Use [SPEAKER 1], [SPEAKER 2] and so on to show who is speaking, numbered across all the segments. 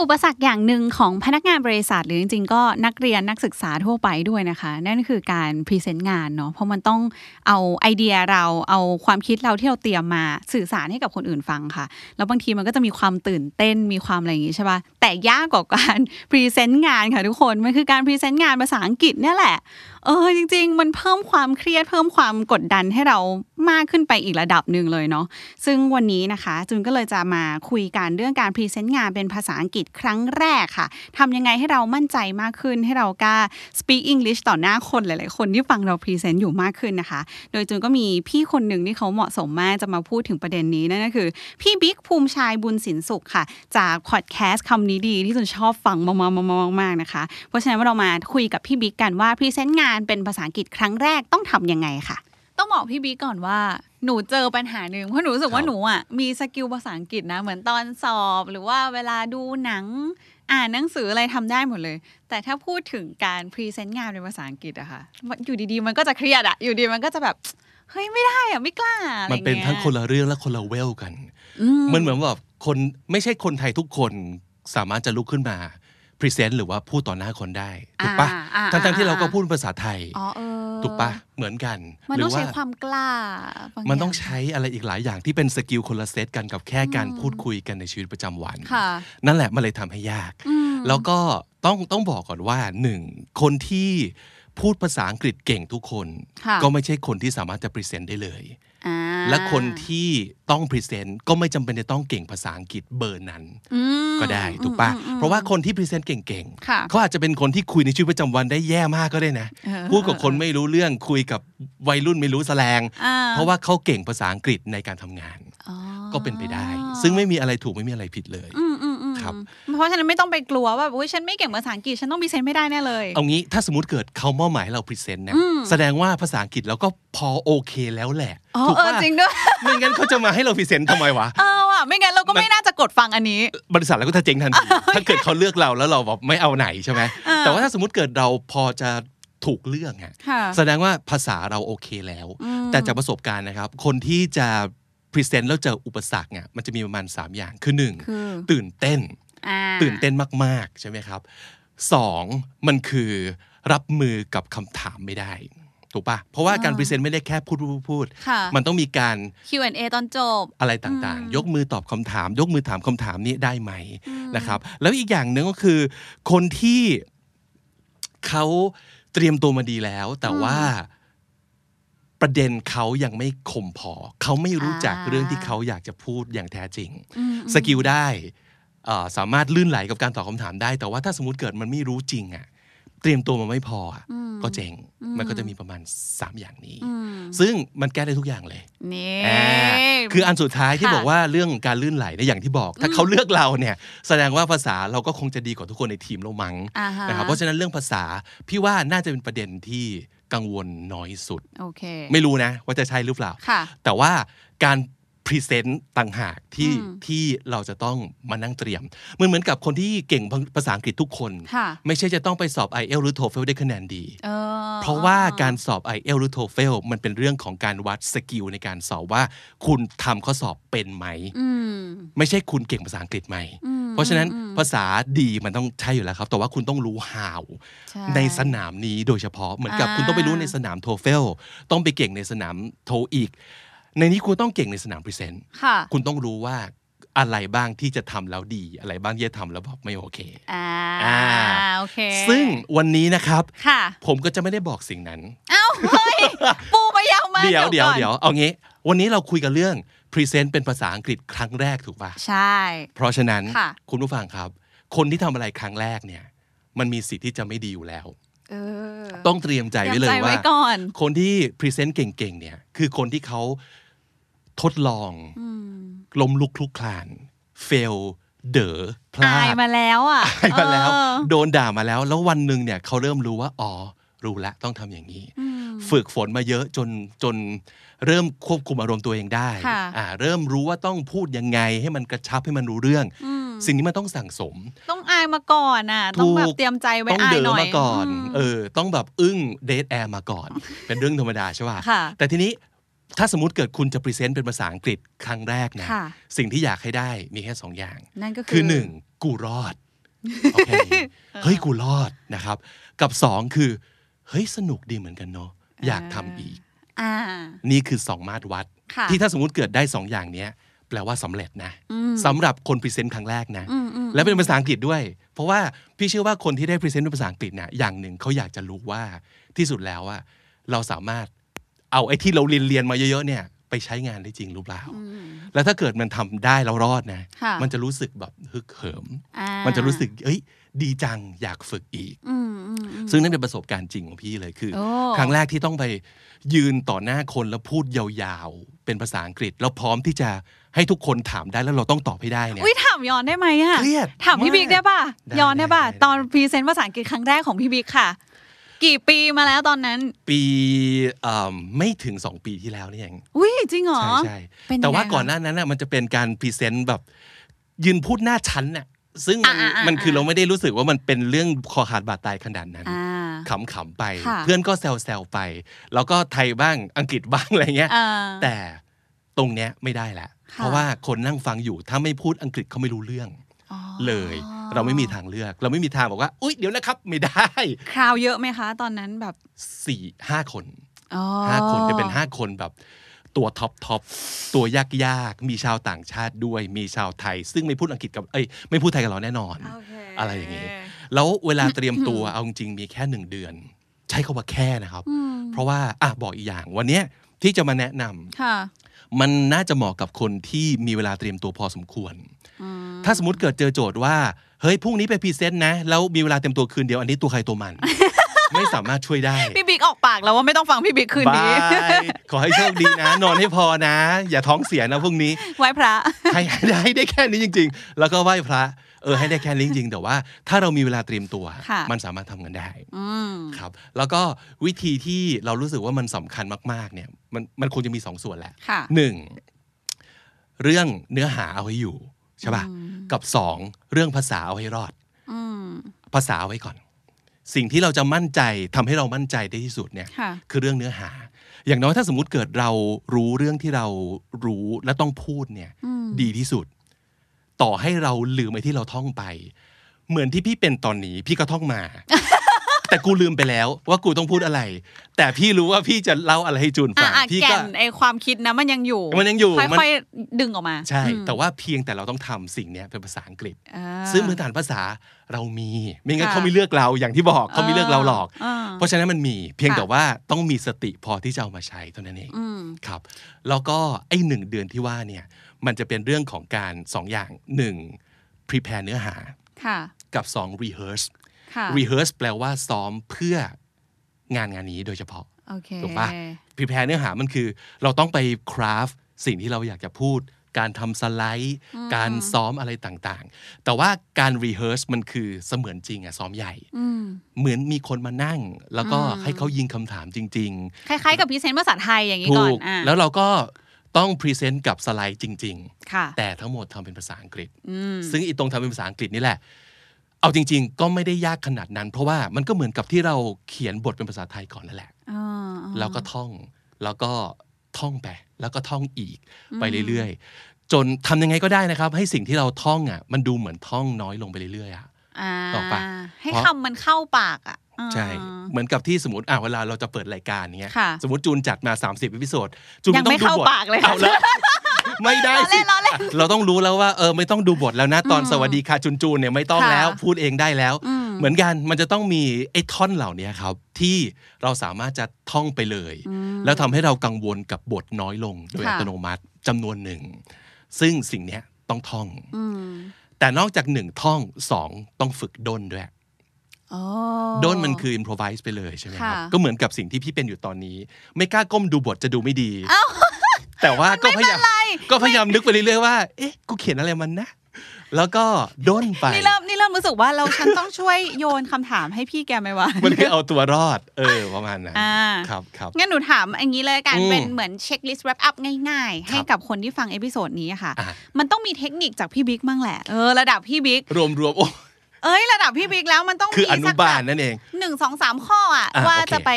[SPEAKER 1] อุปสรรคอย่างหนึ่งของพนักงานบริษัท หรือจริงๆ ก็นักเรียนนักศึกษาทั่วไปด้วยนะคะ นั่นคือการพรีเซนต์งานเนาะเพราะมันต้องเอาไอเดียเราเอาความคิดเราที่เราเตรียมมาสื่อสารให้กับคนอื่นฟังค่ะ แล้วบางทีมันก็จะมีความตื่นเต้นมีความอะไรอย่างงี้ใช่ปะแต่ยากกว่าการพรีเซนต์งานค่ะทุกคนมันคือการพรีเซนต์งานภาษาอังกฤษเนี่ยแหละ เออจริง ๆ มันเพิ่มความเครียดเพิ่มความกดดันให้เรามากขึ้นไปอีกระดับหนึ่งเลยเนาะซึ่งวันนี้นะคะจุนก็เลยจะมาคุยกันเรื่องการพรีเซนต์งานเป็นภาษาอังกฤษครั้งแรกค่ะทำยังไงให้เรามั่นใจมากขึ้น ให้เรากล้า speak English ต่อหน้าคนหลายๆ คนที่ฟังเราพรีเซนต์อยู่มากขึ้นนะคะ โดยจุนก็มีพี่คนหนึ่งที่เขาเหมาะสมมากจะมาพูดถึงประเด็นนี้นั่นก็คือ พี่บิ๊กภูมิชายบุญสินสุขค่ะ จากพอดแคสต์คำนี้ดีที่จุนชอบฟังมากๆๆๆมากๆนะคะ เพราะฉะนั้นเรามาคุยกับพี่บิ๊กกันว่าพรีเซนต์งานเป็นภาษาอังกฤษครั้งแรกต้องทำยังไงค่ะ ต้องบอกพี่บิ๊กก่อนว่าหนูเจอปัญหาหนึ่งเพราะหนูรู้สึกว่า
[SPEAKER 2] ครับ
[SPEAKER 1] หนูอ่ะมีสกิลภาษาอังกฤษนะเหมือนตอนสอบ หรือว่าเวลาดูหนังอ่านหนังสืออะไรทำได้หมดเลย แต่ถ้าพูดถึงการพรีเซนต์งานเป็นภาษาอังกฤษอะค่ะอยู่ดีๆมันก็จะเครียดอะอยู่ดีมันก็จะแบบเฮ้ยไม่ได้อะไม่กล้าอะไรอน
[SPEAKER 2] มั
[SPEAKER 1] ย่าง
[SPEAKER 2] เป็น
[SPEAKER 1] เงี้ย
[SPEAKER 2] ทั้งคนละเรื่องและคนละเวลกัน
[SPEAKER 1] อืม
[SPEAKER 2] มันเหมือนแบบคนไม่ใช่คนไทยทุกคนสามารถจะลุกขึ้นมาพรีเซนต์หรือว่าพูดต่อหน้าคนได้ถูกปะ
[SPEAKER 1] อ่าอ่าอ่า
[SPEAKER 2] ทั้งๆที่เราก็พูดภาษาไทย
[SPEAKER 1] อ๋อเออ
[SPEAKER 2] ถูกปะเหมือนกัน
[SPEAKER 1] มัน
[SPEAKER 2] หรื
[SPEAKER 1] ต้อง
[SPEAKER 2] ว่า
[SPEAKER 1] ใช้ความกล้าบาย่า
[SPEAKER 2] มันต้องใช้อะไรอีกหลายอย่างที่เป็นสกิลคนละเซตกันกับแค่การ
[SPEAKER 1] อืม
[SPEAKER 2] พูดคุยกันในชีวิตประจำวัน
[SPEAKER 1] ค่ะ
[SPEAKER 2] นั่นแหละมันเลยทำให้ยาก
[SPEAKER 1] อืม
[SPEAKER 2] แล้วก็ต้องต้องบอกก่อนว่าหนึ่งคนที่พูดภาษาอังกฤษเก่งทุกคน
[SPEAKER 1] ค่ะ
[SPEAKER 2] ก็ไม่ใช่คนที่สามารถจะพรีเซนต์ได้เลย
[SPEAKER 1] อ่า
[SPEAKER 2] และคนที่ต้องพรีเซนต์ก็ไม่จำเป็นจะต้องเก่งภาษาอังกฤษเบอร์นั้น
[SPEAKER 1] อืม
[SPEAKER 2] ก็ได้ถูกปะ
[SPEAKER 1] อืมอืม
[SPEAKER 2] เพราะว่าคนที่พรีเซนต์เก่ง
[SPEAKER 1] ค่ะ
[SPEAKER 2] ๆเขาอาจจะเป็นคนที่คุยในชีวิตประจำวันได้แย่มากก็ได้นะ
[SPEAKER 1] เออ
[SPEAKER 2] พูดกับคน
[SPEAKER 1] เออ
[SPEAKER 2] ไม่รู้เรื่องคุยกับวัยรุ่นไม่รู้แสแลง
[SPEAKER 1] อ่
[SPEAKER 2] เพราะว่าเขาเก่งภาษาอังกฤษในการทำงาน
[SPEAKER 1] อ๋อ
[SPEAKER 2] ก็เป็นไปได้ ซึ่งไม่มีอะไรถูกไม่มีอะไรผิดเลย
[SPEAKER 1] อืมอืมอืม
[SPEAKER 2] ครับ
[SPEAKER 1] เพราะฉะนั้นไม่ต้องไปกลัวว่าแบบอุ๊ยฉันไม่เก่งภาษาอังกฤษฉันต้องพรีเซนต์ไม่ได้แน่เลย
[SPEAKER 2] เอางี้ถ้าสมมติเกิดเขามอบหมายให้เราพรีเซนต์นะ
[SPEAKER 1] อืม
[SPEAKER 2] แสดงว่าภาษาอังกฤษเราก็พอโอเคแล้วแหละ
[SPEAKER 1] อ๋อ
[SPEAKER 2] ถูก
[SPEAKER 1] เออ
[SPEAKER 2] ปะ
[SPEAKER 1] จริงด้วย
[SPEAKER 2] ไม่งั้นเขาจะมาให้เราพรีเซนต์ทำไมวะ
[SPEAKER 1] เอาอ่ะไม่งั้นเราก็
[SPEAKER 2] มัน
[SPEAKER 1] ไม่น่าจะกดฟังอันนี้
[SPEAKER 2] บริษัทเราก็จะเจ๊งทันที ถ้าเกิดเขาเลือกเราแล้วเราแบบไม่เอาไหนใช่ไหม
[SPEAKER 1] อ่า
[SPEAKER 2] แต่ว่าถ้าสมมติเกิดเราพอจะถูกเลือกอะ
[SPEAKER 1] ค่ะ
[SPEAKER 2] แสดงว่าภาษาเราโอเคแล้ว
[SPEAKER 1] อืม
[SPEAKER 2] แต่จากประสบการณ์นะครับ คนที่จะพรีเซนต์แล้วเจออุปสรรคเนี่ยมันจะมีประมาณ 3 อย่างคือ
[SPEAKER 1] คือ
[SPEAKER 2] 1 ตื่นเต้น
[SPEAKER 1] อ่า
[SPEAKER 2] ตื่นเต้นมาก ๆ ใช่ไหมครับ 2 มันคือรับมือกับคำถามไม่ได้ ถูกปะเพราะว่าการพรีเซนต์ไม่ได้แค่พูดพูดพูด
[SPEAKER 1] ค่ะ
[SPEAKER 2] มันต้องมีการ
[SPEAKER 1] Q&A ตอนจบ
[SPEAKER 2] อะไรต่าง
[SPEAKER 1] อืม
[SPEAKER 2] ๆ ยกมือตอบคำถาม ยกมือถามคำถามนี้ได้ไหม
[SPEAKER 1] อืม
[SPEAKER 2] นะครับ แล้วอีกอย่างหนึ่งก็คือ คนที่เขาเตรียมตัวมาดีแล้ว แต่ว่าประเด็นเขายังไม่คมพอ เขาไม่รู้จักเรื่องที่เขาอยากจะพูดอย่างแท้จริง
[SPEAKER 1] อืมอืม
[SPEAKER 2] สกิลได้เอ่อสามารถลื่นไหลกับการตอบคำถามได้ แต่ว่าถ้าสมมติเกิดมันไม่รู้จริงอะเตรียมตัวมาไม่พออะ
[SPEAKER 1] อืม
[SPEAKER 2] ก็เจ๋ง
[SPEAKER 1] อืม
[SPEAKER 2] มันก็จะมีประมาณ 3 อย่างนี้
[SPEAKER 1] อืม
[SPEAKER 2] ซึ่งมันแก้ได้ทุกอย่างเลย
[SPEAKER 1] นี่
[SPEAKER 2] อ่าคืออันสุดท้ายที่
[SPEAKER 1] ค่ะ
[SPEAKER 2] บอกว่าเรื่องการลื่นไหลเนยอย่างที่บอก ถ้าเขาเลือกเราเนี่ยแสดงว่าภาษาเราก็คงจะดีกว่าทุกคนในทีมเรามัง
[SPEAKER 1] อ่าฮะ
[SPEAKER 2] นะครับเพราะฉะนั้นเรื่องภาษาพี่ว่าน่าจะเป็นประเด็นที่กังวลน้อยสุด
[SPEAKER 1] โอเค
[SPEAKER 2] ไม่รู้นะว่าจะใช่หรือเปล่า
[SPEAKER 1] ค่ะ
[SPEAKER 2] แต่ว่าการพรีเซนต์ต่างหากที่
[SPEAKER 1] อืม
[SPEAKER 2] ที่เราจะต้องมานั่งเตรียมมันเหมือนกับคนที่เก่งภาษาอังกฤษทุกคน
[SPEAKER 1] ค่ะ
[SPEAKER 2] ไม่ใช่จะต้องไปสอบ i อ l หรือ TOEFL ได้คะแนนดี
[SPEAKER 1] เออ
[SPEAKER 2] เพราะว่าการสอบ i อ l หรือ TOEFL มันเป็นเรื่องของการวัดสกิลในการสอบว่า คุณทำข้อสอบเป็นไหม
[SPEAKER 1] อืม
[SPEAKER 2] ไม่ใช่คุณเก่งภาษาอังกฤษไหม
[SPEAKER 1] อืม
[SPEAKER 2] เพราะฉะนั้น
[SPEAKER 1] อืม
[SPEAKER 2] ภาษาดีมันต้องใช่อยู่แล้วครับ แต่ว่าคุณต้องรู้ how
[SPEAKER 1] ช่
[SPEAKER 2] ในสนามนี้โดยเฉพาะเหมือนกับ
[SPEAKER 1] อ่า
[SPEAKER 2] คุณต้องไปรู้ในสนาม TOEFL ต้องไปเก่งในสนามโทอีก ในนี้คุณต้องเก่งในสนามพรีเซนต์
[SPEAKER 1] ค่ะ
[SPEAKER 2] คุณต้องรู้ว่าอะไรบ้างที่จะทำแล้วดี อะไรบ้างที่จะทำแล้วแบบไม่โอเค
[SPEAKER 1] อ่า
[SPEAKER 2] อ่า
[SPEAKER 1] โอเค
[SPEAKER 2] ซึ่งวันนี้นะครับ
[SPEAKER 1] ค่ะ
[SPEAKER 2] ผมก็จะไม่ได้บอกสิ่งนั้น
[SPEAKER 1] เอ้าเฮ้ย ปูไปยาวมาก
[SPEAKER 2] เดี๋ยวเดี๋ยว
[SPEAKER 1] ก่อน
[SPEAKER 2] เดี๋ยวเอางี้ วันนี้เราคุยกันเรื่องพรีเซนต์เป็นภาษาอังกฤษครั้งแรกถูกป่ะ
[SPEAKER 1] ใช่
[SPEAKER 2] เพราะฉะนั้น
[SPEAKER 1] ค่ะ
[SPEAKER 2] คุณผู้ฟังครับ คนที่ทำอะไรครั้งแรกเนี่ย มันมีสิทธิ์ที่จะไม่ดีอยู่แล้ว
[SPEAKER 1] เออ
[SPEAKER 2] ต้องเตรียมใจไว้เลย
[SPEAKER 1] ตรีมใจ
[SPEAKER 2] ว่า
[SPEAKER 1] ไว้ก่อน
[SPEAKER 2] คนที่พรีเซนต์เก่งๆเนี่ยคือคนที่เขาทดลอง
[SPEAKER 1] อืม
[SPEAKER 2] ล้มลุกคลุกคลานเฟลเดอพลา
[SPEAKER 1] อาย
[SPEAKER 2] ด
[SPEAKER 1] มาแล้วอ่ะ
[SPEAKER 2] อายมาแล้ว
[SPEAKER 1] เออ
[SPEAKER 2] โดนด่ามาแล้ว แล้ววันหนึ่งเนี่ยเขาเริ่มรู้ว่าอ๋อรู้ละต้องทำอย่างนี้
[SPEAKER 1] อืม
[SPEAKER 2] ฝึกฝนมาเยอะจนจนเริ่มควบคุมอารมณ์ตัวเองได้
[SPEAKER 1] ค่ะ
[SPEAKER 2] อ่าเริ่มรู้ว่าต้องพูดยังไงให้มันกระชับให้มันรู้เรื่อง
[SPEAKER 1] อืม
[SPEAKER 2] สิ่งนี้มันต้องสั่งสม
[SPEAKER 1] ต้องอายมาก่อนอ่ะ ต้องแบบ
[SPEAKER 2] ถูก
[SPEAKER 1] เตรียมใจไว้
[SPEAKER 2] ต้อง
[SPEAKER 1] อาย
[SPEAKER 2] เดิ
[SPEAKER 1] หน่อย
[SPEAKER 2] มาก่อน
[SPEAKER 1] ม
[SPEAKER 2] เออต้องแบบอึ้งเดทแอร์มาก่อน เป็นเรื่องธรรมดาใช่ป่ะ
[SPEAKER 1] ค่ะ
[SPEAKER 2] แต่ทีนี้ถ้าสมมติเกิดคุณจะพรีเซนต์เป็นภาษาอังกฤษครั้งแรกนะ
[SPEAKER 1] ค่ะ
[SPEAKER 2] สิ่งที่อยากให้ได้มีแค่สองอย่าง
[SPEAKER 1] นั่นก็
[SPEAKER 2] คือหนึ่งกูรอด โอ เค เฮ้ยกูรอดนะครับ กับสองคือ เฮ้ยสนุกดีเหมือนกันเนาะอยากทำอีก
[SPEAKER 1] อ่า
[SPEAKER 2] นี่คือสองมาตรวัด
[SPEAKER 1] ค่ะ
[SPEAKER 2] ที่ถ้าสมมติเกิดได้สองอย่างเนี้ย แปลว่าสำเร็จนะสำหรับคนพรีเซนต์ครั้งแรกนะ
[SPEAKER 1] อืมอืม
[SPEAKER 2] และเป็นภาษาอังกฤษด้วย เพราะว่าพี่เชื่อว่าคนที่ได้พรีเซนต์เป็นภาษาอังกฤษเนี่ยอย่างหนึ่งเขาอยากจะรู้ว่าที่สุดแล้วว่าเราสามารถเอาไอ้ที่เราเรียนเรียนๆมาเยอะๆเนี่ย ไปใช้งานได้จริงหรือเปล่า
[SPEAKER 1] อืม
[SPEAKER 2] แล้วถ้าเกิดมันทำได้แล้วรอดนะ
[SPEAKER 1] ค่ะ
[SPEAKER 2] มันจะรู้สึกแบบฮึกเหิม
[SPEAKER 1] อ่า
[SPEAKER 2] มันจะรู้สึก เอ้ย ดีจัง อยากฝึกอีก
[SPEAKER 1] อืมอืมอืม
[SPEAKER 2] ซึ่งนั่นเป็นประสบการณ์จริงของพี่เลยคือ
[SPEAKER 1] โอ้
[SPEAKER 2] ครั้งแรกที่ต้องไปยืนต่อหน้าคนแล้วพูดยาวๆ เป็นภาษาอังกฤษ แล้วพร้อมที่จะให้ทุกคนถามได้แล้วเราต้องตอบให้ได้เนี่ย
[SPEAKER 1] อุ้ยถามย้อนได้ไหมอะ
[SPEAKER 2] เครียด
[SPEAKER 1] ถามพี่บิ๊กได้ป่ะ
[SPEAKER 2] ได้
[SPEAKER 1] ย้อนได้ป่ะ
[SPEAKER 2] ได้ได้
[SPEAKER 1] ตอนพรีเซนต์ภาษาอังกฤษครั้งแรกของพี่บิ๊กค่ะ กี่ปีมาแล้วตอนนั้น
[SPEAKER 2] ปีเอิ่มไม่ถึง 2 ปีที่แล้วนี่เอง
[SPEAKER 1] อุ้ยจริงเหรอ
[SPEAKER 2] ใช่ใช่
[SPEAKER 1] เป็นยังไง
[SPEAKER 2] แต่ว่า
[SPEAKER 1] คะ
[SPEAKER 2] ก่อนหน้านั้นน่ะมันจะเป็นการพรีเซนต์แบบยืนพูดหน้าชั้นน่ะซึ่งมัน
[SPEAKER 1] อ่าอ่า
[SPEAKER 2] มันคืออา เราไม่ได้รู้สึกว่ามันเป็นเรื่องคอขาดบาดตายขนาดนั้น
[SPEAKER 1] อ่า
[SPEAKER 2] ขำๆไป
[SPEAKER 1] ค่ะ
[SPEAKER 2] เพื่อนก็แซวๆไป แล้วก็ไทยบ้างอังกฤษบ้าง อะไรเงี้ย
[SPEAKER 1] เอ่อ
[SPEAKER 2] แต่ตรงเนี้ยไม่ได้ละ
[SPEAKER 1] ค่ะ
[SPEAKER 2] เพราะว่าคนนั่งฟังอยู่ถ้าไม่พูดอังกฤษเขาไม่รู้เรื่อง
[SPEAKER 1] อ๋อ
[SPEAKER 2] เลย เราไม่มีทางเลือก เราไม่มีทางบอกว่า อุ๊ย เดี๋ยวนะครับ ไม่ได้
[SPEAKER 1] คราวเยอะไหมคะ ตอนนั้นแบบ
[SPEAKER 2] สี่ห้าคน
[SPEAKER 1] อ๋อ
[SPEAKER 2] ห้าคนจะเป็นห้าคนแบบ ตัวท็อปท็อปตัวยากยากๆมีชาวต่างชาติด้วยมีชาวไทย ซึ่งไม่พูดอังกฤษกับเอ้ยไม่พูดไทยกับเราแน่นอน
[SPEAKER 1] โเค
[SPEAKER 2] อะไรอย่างงี้ แล้วเวลาเตรียม ตัวเอาจริงๆมีแค่หนึ่งเดือน ใช้คาว่าแค่นะครับ
[SPEAKER 1] อืม
[SPEAKER 2] เพราะว่าอ่ะบอกอีกอย่างวันเนี้ยที่จะมาแนะนำ
[SPEAKER 1] ค่ะ
[SPEAKER 2] มันน่าจะเหมาะกับคนที่มีเวลาเตรียมตัวพอสมควร
[SPEAKER 1] อืม
[SPEAKER 2] ถ้าสมมติเกิดเจอโจทย์ว่า เฮ้ยพรุ่งนี้ไปพรีเซนต์นะ แล้วมีเวลาเตรียมตัวคืนเดียวอันนี้ตัวใครตัว มัน ไม่สามารถช่วยได้
[SPEAKER 1] พี่บิ๊กออกปากแล้วว่าไม่ต้องฟังพี่บิ๊กคืน
[SPEAKER 2] บา
[SPEAKER 1] นี้
[SPEAKER 2] ยขอให้โชคดีนะ นอนให้พอนะ อย่าท้องเสียนะพรุ่ง นี้
[SPEAKER 1] ไว้พระ
[SPEAKER 2] ให้ให้ได้แค่นี้จริง ๆ แล้วก็ไหว้พระ เออให้ได้แค่นี้จริงๆ แต่ว่าถ้าเรามีเวลาเตรียมตัว
[SPEAKER 1] ค่ะ
[SPEAKER 2] มันสามารถทำกันได้
[SPEAKER 1] อืม
[SPEAKER 2] ครับแล้วก็วิธีที่เรารู้สึกว่ามันสำคัญมาก ๆ เนี่ยมันมันควรจะมีสองส่วนแหละ
[SPEAKER 1] ค่ะ
[SPEAKER 2] หนึ่งเรื่องเนื้อหาเอาให้อยู่ใช่ป่ะ
[SPEAKER 1] อืม
[SPEAKER 2] กับสองเรื่องภาษาเอาให้รอด
[SPEAKER 1] อืม
[SPEAKER 2] ภาษาเอาไว้ก่อน สิ่งที่เราจะมั่นใจทำให้เรามั่นใจได้ที่สุดเนี่ย
[SPEAKER 1] ค่ะ
[SPEAKER 2] คือเรื่องเนื้อหา อย่างน้อยถ้าสมมติเกิดเรารู้เรื่องที่เรารู้และต้องพูดเนี่ย
[SPEAKER 1] อืม
[SPEAKER 2] ดีที่สุด ต่อให้เราลืมไอ้ที่เราท่องไป เหมือนที่พี่เป็นตอนนี้ พี่ก็ท่องมา แต่กูลืมไปแล้ว ว่ากูต้องพูดอะไร แต่พี่รู้ว่าพี่จะเล่าอะไรให้จูน
[SPEAKER 1] อ่ะ
[SPEAKER 2] ฟัง
[SPEAKER 1] อ่ะ
[SPEAKER 2] พี่
[SPEAKER 1] แก่
[SPEAKER 2] ก็
[SPEAKER 1] นไอความคิดนะมันยังอยู่
[SPEAKER 2] มันยังอยู่มัน
[SPEAKER 1] ค่อยๆดึงออกมา
[SPEAKER 2] ใช่
[SPEAKER 1] อืม
[SPEAKER 2] แต่ว่าเพียงแต่เราต้องทำสิ่งเนี้ยเป็นภาษาอังกฤษ
[SPEAKER 1] อ่า
[SPEAKER 2] ซึ่งพื้นฐานภาษาเรามีไม่งั้น
[SPEAKER 1] ค่ะ
[SPEAKER 2] เขาไม่เลือกเราอย่างที่บอกเขาไม่เลือกเราหรอก
[SPEAKER 1] อ่า
[SPEAKER 2] เพราะฉะนั้นมันมีเพียง
[SPEAKER 1] ค่ะ
[SPEAKER 2] แต่ว่าต้องมีสติพอที่จะเอามาใช้เท่านั้นเอง
[SPEAKER 1] อืม
[SPEAKER 2] ครับแล้วก็ไอ้หนึ่งเดือนที่ว่าเนี่ยมันจะเป็นเรื่องของการสองอย่างหนึ่ง prepare เนื้อหา
[SPEAKER 1] ค่ะ
[SPEAKER 2] กับสอง rehearse
[SPEAKER 1] ค่ะ
[SPEAKER 2] rehearse แปลว่าซ้อมเพื่องานงานนี้โดยเฉพาะ
[SPEAKER 1] โอเค
[SPEAKER 2] ถูกปะ prepare เนื้อหามันคือ เราต้องไป craft สิ่งที่เราอยากจะพูด การทำสไลด์ การซ้อมอะไรต่างๆ แต่ว่าการ rehearse มันคือเสมือนจริงอะซ้อมใหญ่
[SPEAKER 1] อืม
[SPEAKER 2] เหมือนมีคนมานั่ง แล้วก็ให้เขายิงคำถามจริง ๆ
[SPEAKER 1] คล้ายๆกับพรีเซนต์ภาษาไทยอย่างนี้
[SPEAKER 2] ถู
[SPEAKER 1] ก่อน
[SPEAKER 2] ก
[SPEAKER 1] อ่ะ
[SPEAKER 2] แล้วเราก็ต้องพรีเซนต์กับสไลด์จริง
[SPEAKER 1] ค่ะ
[SPEAKER 2] ๆ แต่ทั้งหมดทำเป็นภาษาอังกฤษ
[SPEAKER 1] อืม
[SPEAKER 2] ซึ่งไอีตรงทำเป็นภาษาอังกฤษนี่แหละ เอาจริง ๆ ก็ไม่ได้ยากขนาดนั้น เพราะว่ามันก็เหมือนกับที่เราเขียนบทเป็นภาษาไทยก่อนแล้วแหละ
[SPEAKER 1] อ่าอ่า
[SPEAKER 2] แล้วก็ท่อง แล้วก็ท่องไป แล้วก็ท่องอีกไปเรื่อยๆ จนทำยังไงก็ได้นะครับ ให้สิ่งที่เราท่องอ่ะมันดูเหมือนท่องน้อยลงไปเรื่อยๆอ่ะ
[SPEAKER 1] อ่า
[SPEAKER 2] ออกปะ
[SPEAKER 1] ให้
[SPEAKER 2] เพราะ
[SPEAKER 1] คำมันเข้าปากอ่ะอ่า
[SPEAKER 2] ใช่ เหมือนกับที่สมมติอ่ะเวลาเราจะเปิดรายการเงี้ย
[SPEAKER 1] ค่ะ
[SPEAKER 2] สมมติจูนจัดมา 30วิพิโซดจูน
[SPEAKER 1] ยังไม่
[SPEAKER 2] ต้องดูบท
[SPEAKER 1] เข้าปากเลยค่ะ
[SPEAKER 2] เอาละไม่ได้
[SPEAKER 1] ล้อเล่
[SPEAKER 2] สิ
[SPEAKER 1] นล้อเล่น
[SPEAKER 2] เราต้องรู้แล้วว่าเออไม่ต้องดูบทแล้วนะ ตอน
[SPEAKER 1] อืม
[SPEAKER 2] สวัสดีค่ะจูนจูนเนี่ยไม่ต้อง
[SPEAKER 1] ค่ะ
[SPEAKER 2] แล้วพูดเองได้แล้ว
[SPEAKER 1] อืม
[SPEAKER 2] เหมือนกันมันจะต้องมีไอ้ท่อนเหล่านี้ครับ ที่เราสามารถจะท่องไปเลย
[SPEAKER 1] อืม
[SPEAKER 2] แล้วทำให้เรากังวลกับบทน้อยลง โดย
[SPEAKER 1] ค่ะ
[SPEAKER 2] อัตโนมัติจำนวนหนึ่ง ซึ่งสิ่งเนี้ยต้องท่อง
[SPEAKER 1] อืม
[SPEAKER 2] แต่นอกจากหนึ่งท่องสองต้องฝึกด้นด้วย
[SPEAKER 1] โอ้
[SPEAKER 2] ด้นมันคือ improvise ไปเลยใช่ไหมครับ
[SPEAKER 1] ค่ะ
[SPEAKER 2] ก็เหมือนกับสิ่งที่พี่เป็นอยู่ตอนนี้ ไม่กล้าก้มดูบทจะดูไม่ดี แต่ว่าก็พยายามก็พยายามนึกไปเรื่อยๆว่า เอ๊ะ กูเขียนอะไรมันนะ แล้วก็ด้นไป
[SPEAKER 1] นี่เริ่มนี่เริ่มรู้สึกว่าเราฉันต้องช่วยโยนคำถามให้พี่แกไหมวะ
[SPEAKER 2] มันคือเอาตัวรอด เออ ประมาณนั้น
[SPEAKER 1] อ่า
[SPEAKER 2] ครับครับ
[SPEAKER 1] งั้นหนูถามอย่างนี้เลยละกัน
[SPEAKER 2] อืม
[SPEAKER 1] เป็นเหมือนเช็คลิสต์ wrap up ง่ายๆ ให้
[SPEAKER 2] ครับ
[SPEAKER 1] กับคนที่ฟังเอพิโซดนี้อะค่ะ
[SPEAKER 2] อ่ะ
[SPEAKER 1] มันต้องมีเทคนิคจากพี่บิ๊กบ้างแหละ เออระดับพี่บิ๊ก
[SPEAKER 2] รวมรวมๆโอ้
[SPEAKER 1] เอ้ยระดับพี่บิ๊กแล้วมันต้อง
[SPEAKER 2] คืออ
[SPEAKER 1] มี
[SPEAKER 2] นุ
[SPEAKER 1] สักแบบ
[SPEAKER 2] าลนั่นเอง
[SPEAKER 1] หนึ่งสองสามข้ออ่ะ
[SPEAKER 2] อ่ะ
[SPEAKER 1] ว่า
[SPEAKER 2] โอเค
[SPEAKER 1] จะไป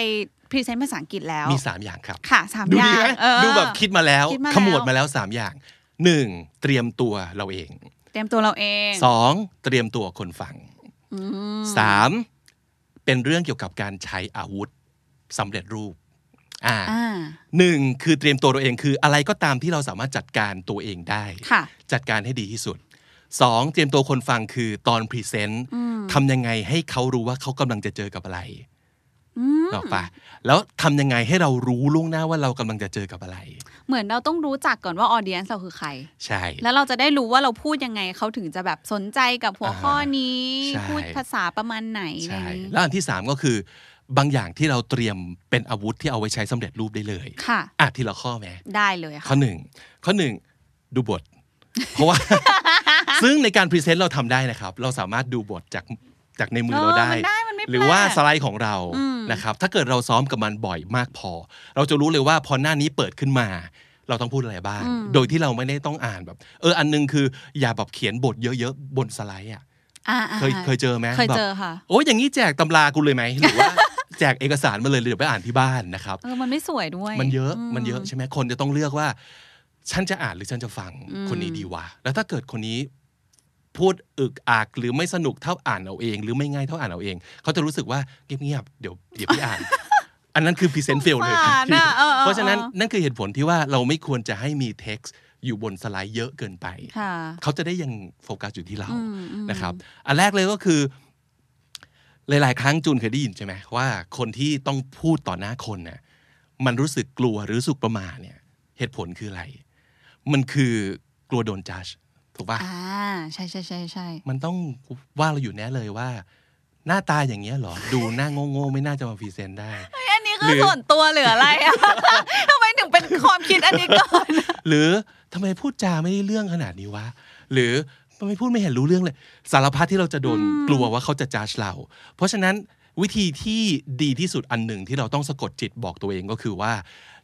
[SPEAKER 1] พรีเซนต์ภาษาอังกฤษแล้ว
[SPEAKER 2] มี 3 อย่างครับ
[SPEAKER 1] ค่ะสาม
[SPEAKER 2] ดู
[SPEAKER 1] อย่า
[SPEAKER 2] ดี
[SPEAKER 1] ง
[SPEAKER 2] ไหม
[SPEAKER 1] เออ
[SPEAKER 2] ดูแบบคิดมาแล้ว
[SPEAKER 1] คิดมาแล้ว
[SPEAKER 2] ขมวดมาแล้ว 3 อย่าง 1. เตรียมตัวเราเอง
[SPEAKER 1] เตรียมตัวเราเอง
[SPEAKER 2] 2. เตรียมตัวคนฟัง
[SPEAKER 1] อืม
[SPEAKER 2] สามเป็นเรื่องเกี่ยวกับการใช้อาวุธสำเร็จรูปอ่า
[SPEAKER 1] อ่า
[SPEAKER 2] หนึ่งคือเตรียมตัวตัวเองคืออะไรก็ตามที่เราสามารถจัดการตัวเองได้
[SPEAKER 1] ค่ะ
[SPEAKER 2] จัดการให้ดีที่สุดสองเตรียมตัวคนฟังคือตอนพรีเซนต์
[SPEAKER 1] อืม
[SPEAKER 2] ทำยังไงให้เขารู้ว่าเขากำลังจะเจอกับอะไร
[SPEAKER 1] อืม
[SPEAKER 2] ออกปะแล้วทำยังไงให้เรารู้ล่วงหน้าว่าเรากำลังจะเจอกับอะไร
[SPEAKER 1] เหมือนเราต้องรู้จักก่อนว่าออเดียนเราคือใคร
[SPEAKER 2] ใช่
[SPEAKER 1] แล้วเราจะได้รู้ว่าเราพูดยังไงเขาถึงจะแบบสนใจกับหัวข้อนี้
[SPEAKER 2] ใช่
[SPEAKER 1] พูดภาษาประมาณไหนอะไร
[SPEAKER 2] ใช่
[SPEAKER 1] อย่างนี้
[SPEAKER 2] แล้วอันที่สามก็คือบางอย่างที่เราเตรียมเป็นอาวุธที่เอาไว้ใช้สำเร็จรูปได้เลย
[SPEAKER 1] ค่ะ
[SPEAKER 2] อ่ะทีละข้อแม้
[SPEAKER 1] ได้เลย
[SPEAKER 2] ข้อ
[SPEAKER 1] ค่ะ
[SPEAKER 2] หนึ่งข้อหนึ่งดูบท เพราะว่า ซึ่งในการพรีเซนต์เราทำได้นะครับ เราสามารถดูบทจากจากในมือ
[SPEAKER 1] เออ
[SPEAKER 2] เราได้
[SPEAKER 1] มันได้มันไม่แปลก
[SPEAKER 2] หรือว่าสไลด์ของเรา
[SPEAKER 1] อืม
[SPEAKER 2] นะครับ ถ้าเกิดเราซ้อมกับมันบ่อยมากพอ เราจะรู้เลยว่าพอหน้านี้เปิดขึ้นมา เราต้องพูดอะไรบ้าง โดยที่เราไม่ได้ต้องอ่านแบบ เอออันนึงคืออย่าแบบเขียนบทเยอะๆบนสไลด์อ่ะ
[SPEAKER 1] อ่าๆๆ
[SPEAKER 2] เคยเคยเจอไหม
[SPEAKER 1] เคย
[SPEAKER 2] แบบ
[SPEAKER 1] เจอค่ะ
[SPEAKER 2] โอ้ยอย่างนี้แจกตำรากูเลยไหมหรือว่า แจกเอกสารมาเลยหรือไปอ่านที่บ้านนะครับ
[SPEAKER 1] เออ มันไม่สวยด้วย
[SPEAKER 2] มันเยอะ
[SPEAKER 1] ม
[SPEAKER 2] มันเยอะใช่ไหมคนจะต้องเลือกว่า ฉันจะอ่านหรือฉันจะฟัง
[SPEAKER 1] อืม
[SPEAKER 2] คนนี้ดีวะแล้วถ้าเกิดคนนี้ พูดอึกอักหรือไม่สนุกเท่าอ่านเอาเอง หรือไม่ง่ายเท่าอ่านเอาเองเขาจะรู้สึกว่าเงียบๆเดี๋ยวเดี๋ยวพี่อ่าน อันนั้นคือพรีเซนต์เฟลเล
[SPEAKER 1] ส
[SPEAKER 2] ย
[SPEAKER 1] งสารน่ะออออ
[SPEAKER 2] เพราะฉะนั้นนั่นคือเหตุผลที่ว่าเราไม่ควรจะให้มีเท็กซ์อยู่บนสไลด์เยอะเกินไป
[SPEAKER 1] ค่ะ
[SPEAKER 2] เขาจะได้ยังโฟกัสอยู่ที่เรา
[SPEAKER 1] อืมอืม
[SPEAKER 2] นะครับอันแรกเลยก็คือ หลาย ๆ ครั้งจูนเคยได้ยินใช่ไหมว่าคนที่ต้องพูดต่อหน้าคนเนี่ยมันรู้สึกกลัวหรือรู้สึกประหมาเนี่ย เหตุผลคืออะไร มันคือกลัวโดนจัดถูกปะ
[SPEAKER 1] อ่าใช่ใช่ใช่ใช่
[SPEAKER 2] มันต้องว่าเราอยู่แน่เลยว่า หน้าตาอย่างเงี้ยเหรอ ดูหน้าโง่ๆไม่น่าจะมาพรีเซนต์ได้
[SPEAKER 1] อันนี้คื
[SPEAKER 2] หรือ อ
[SPEAKER 1] ส่วนตัวหรืออะไรอะ ทำไมถึงเป็นความคิดอันนี้ก่อน
[SPEAKER 2] หรือทำไมพูดจาไม่ได้เรื่องขนาดนี้วะ หรือทำไมพูดไม่เห็นรู้เรื่องเลย สารพัดที่เราจะโดน
[SPEAKER 1] อืม
[SPEAKER 2] กลัวว่าเขาจะจ้าเรา เพราะฉะนั้นวิธีที่ดีที่สุดอันหนึ่งที่เราต้องสะกดจิตบอกตัวเองก็คือว่า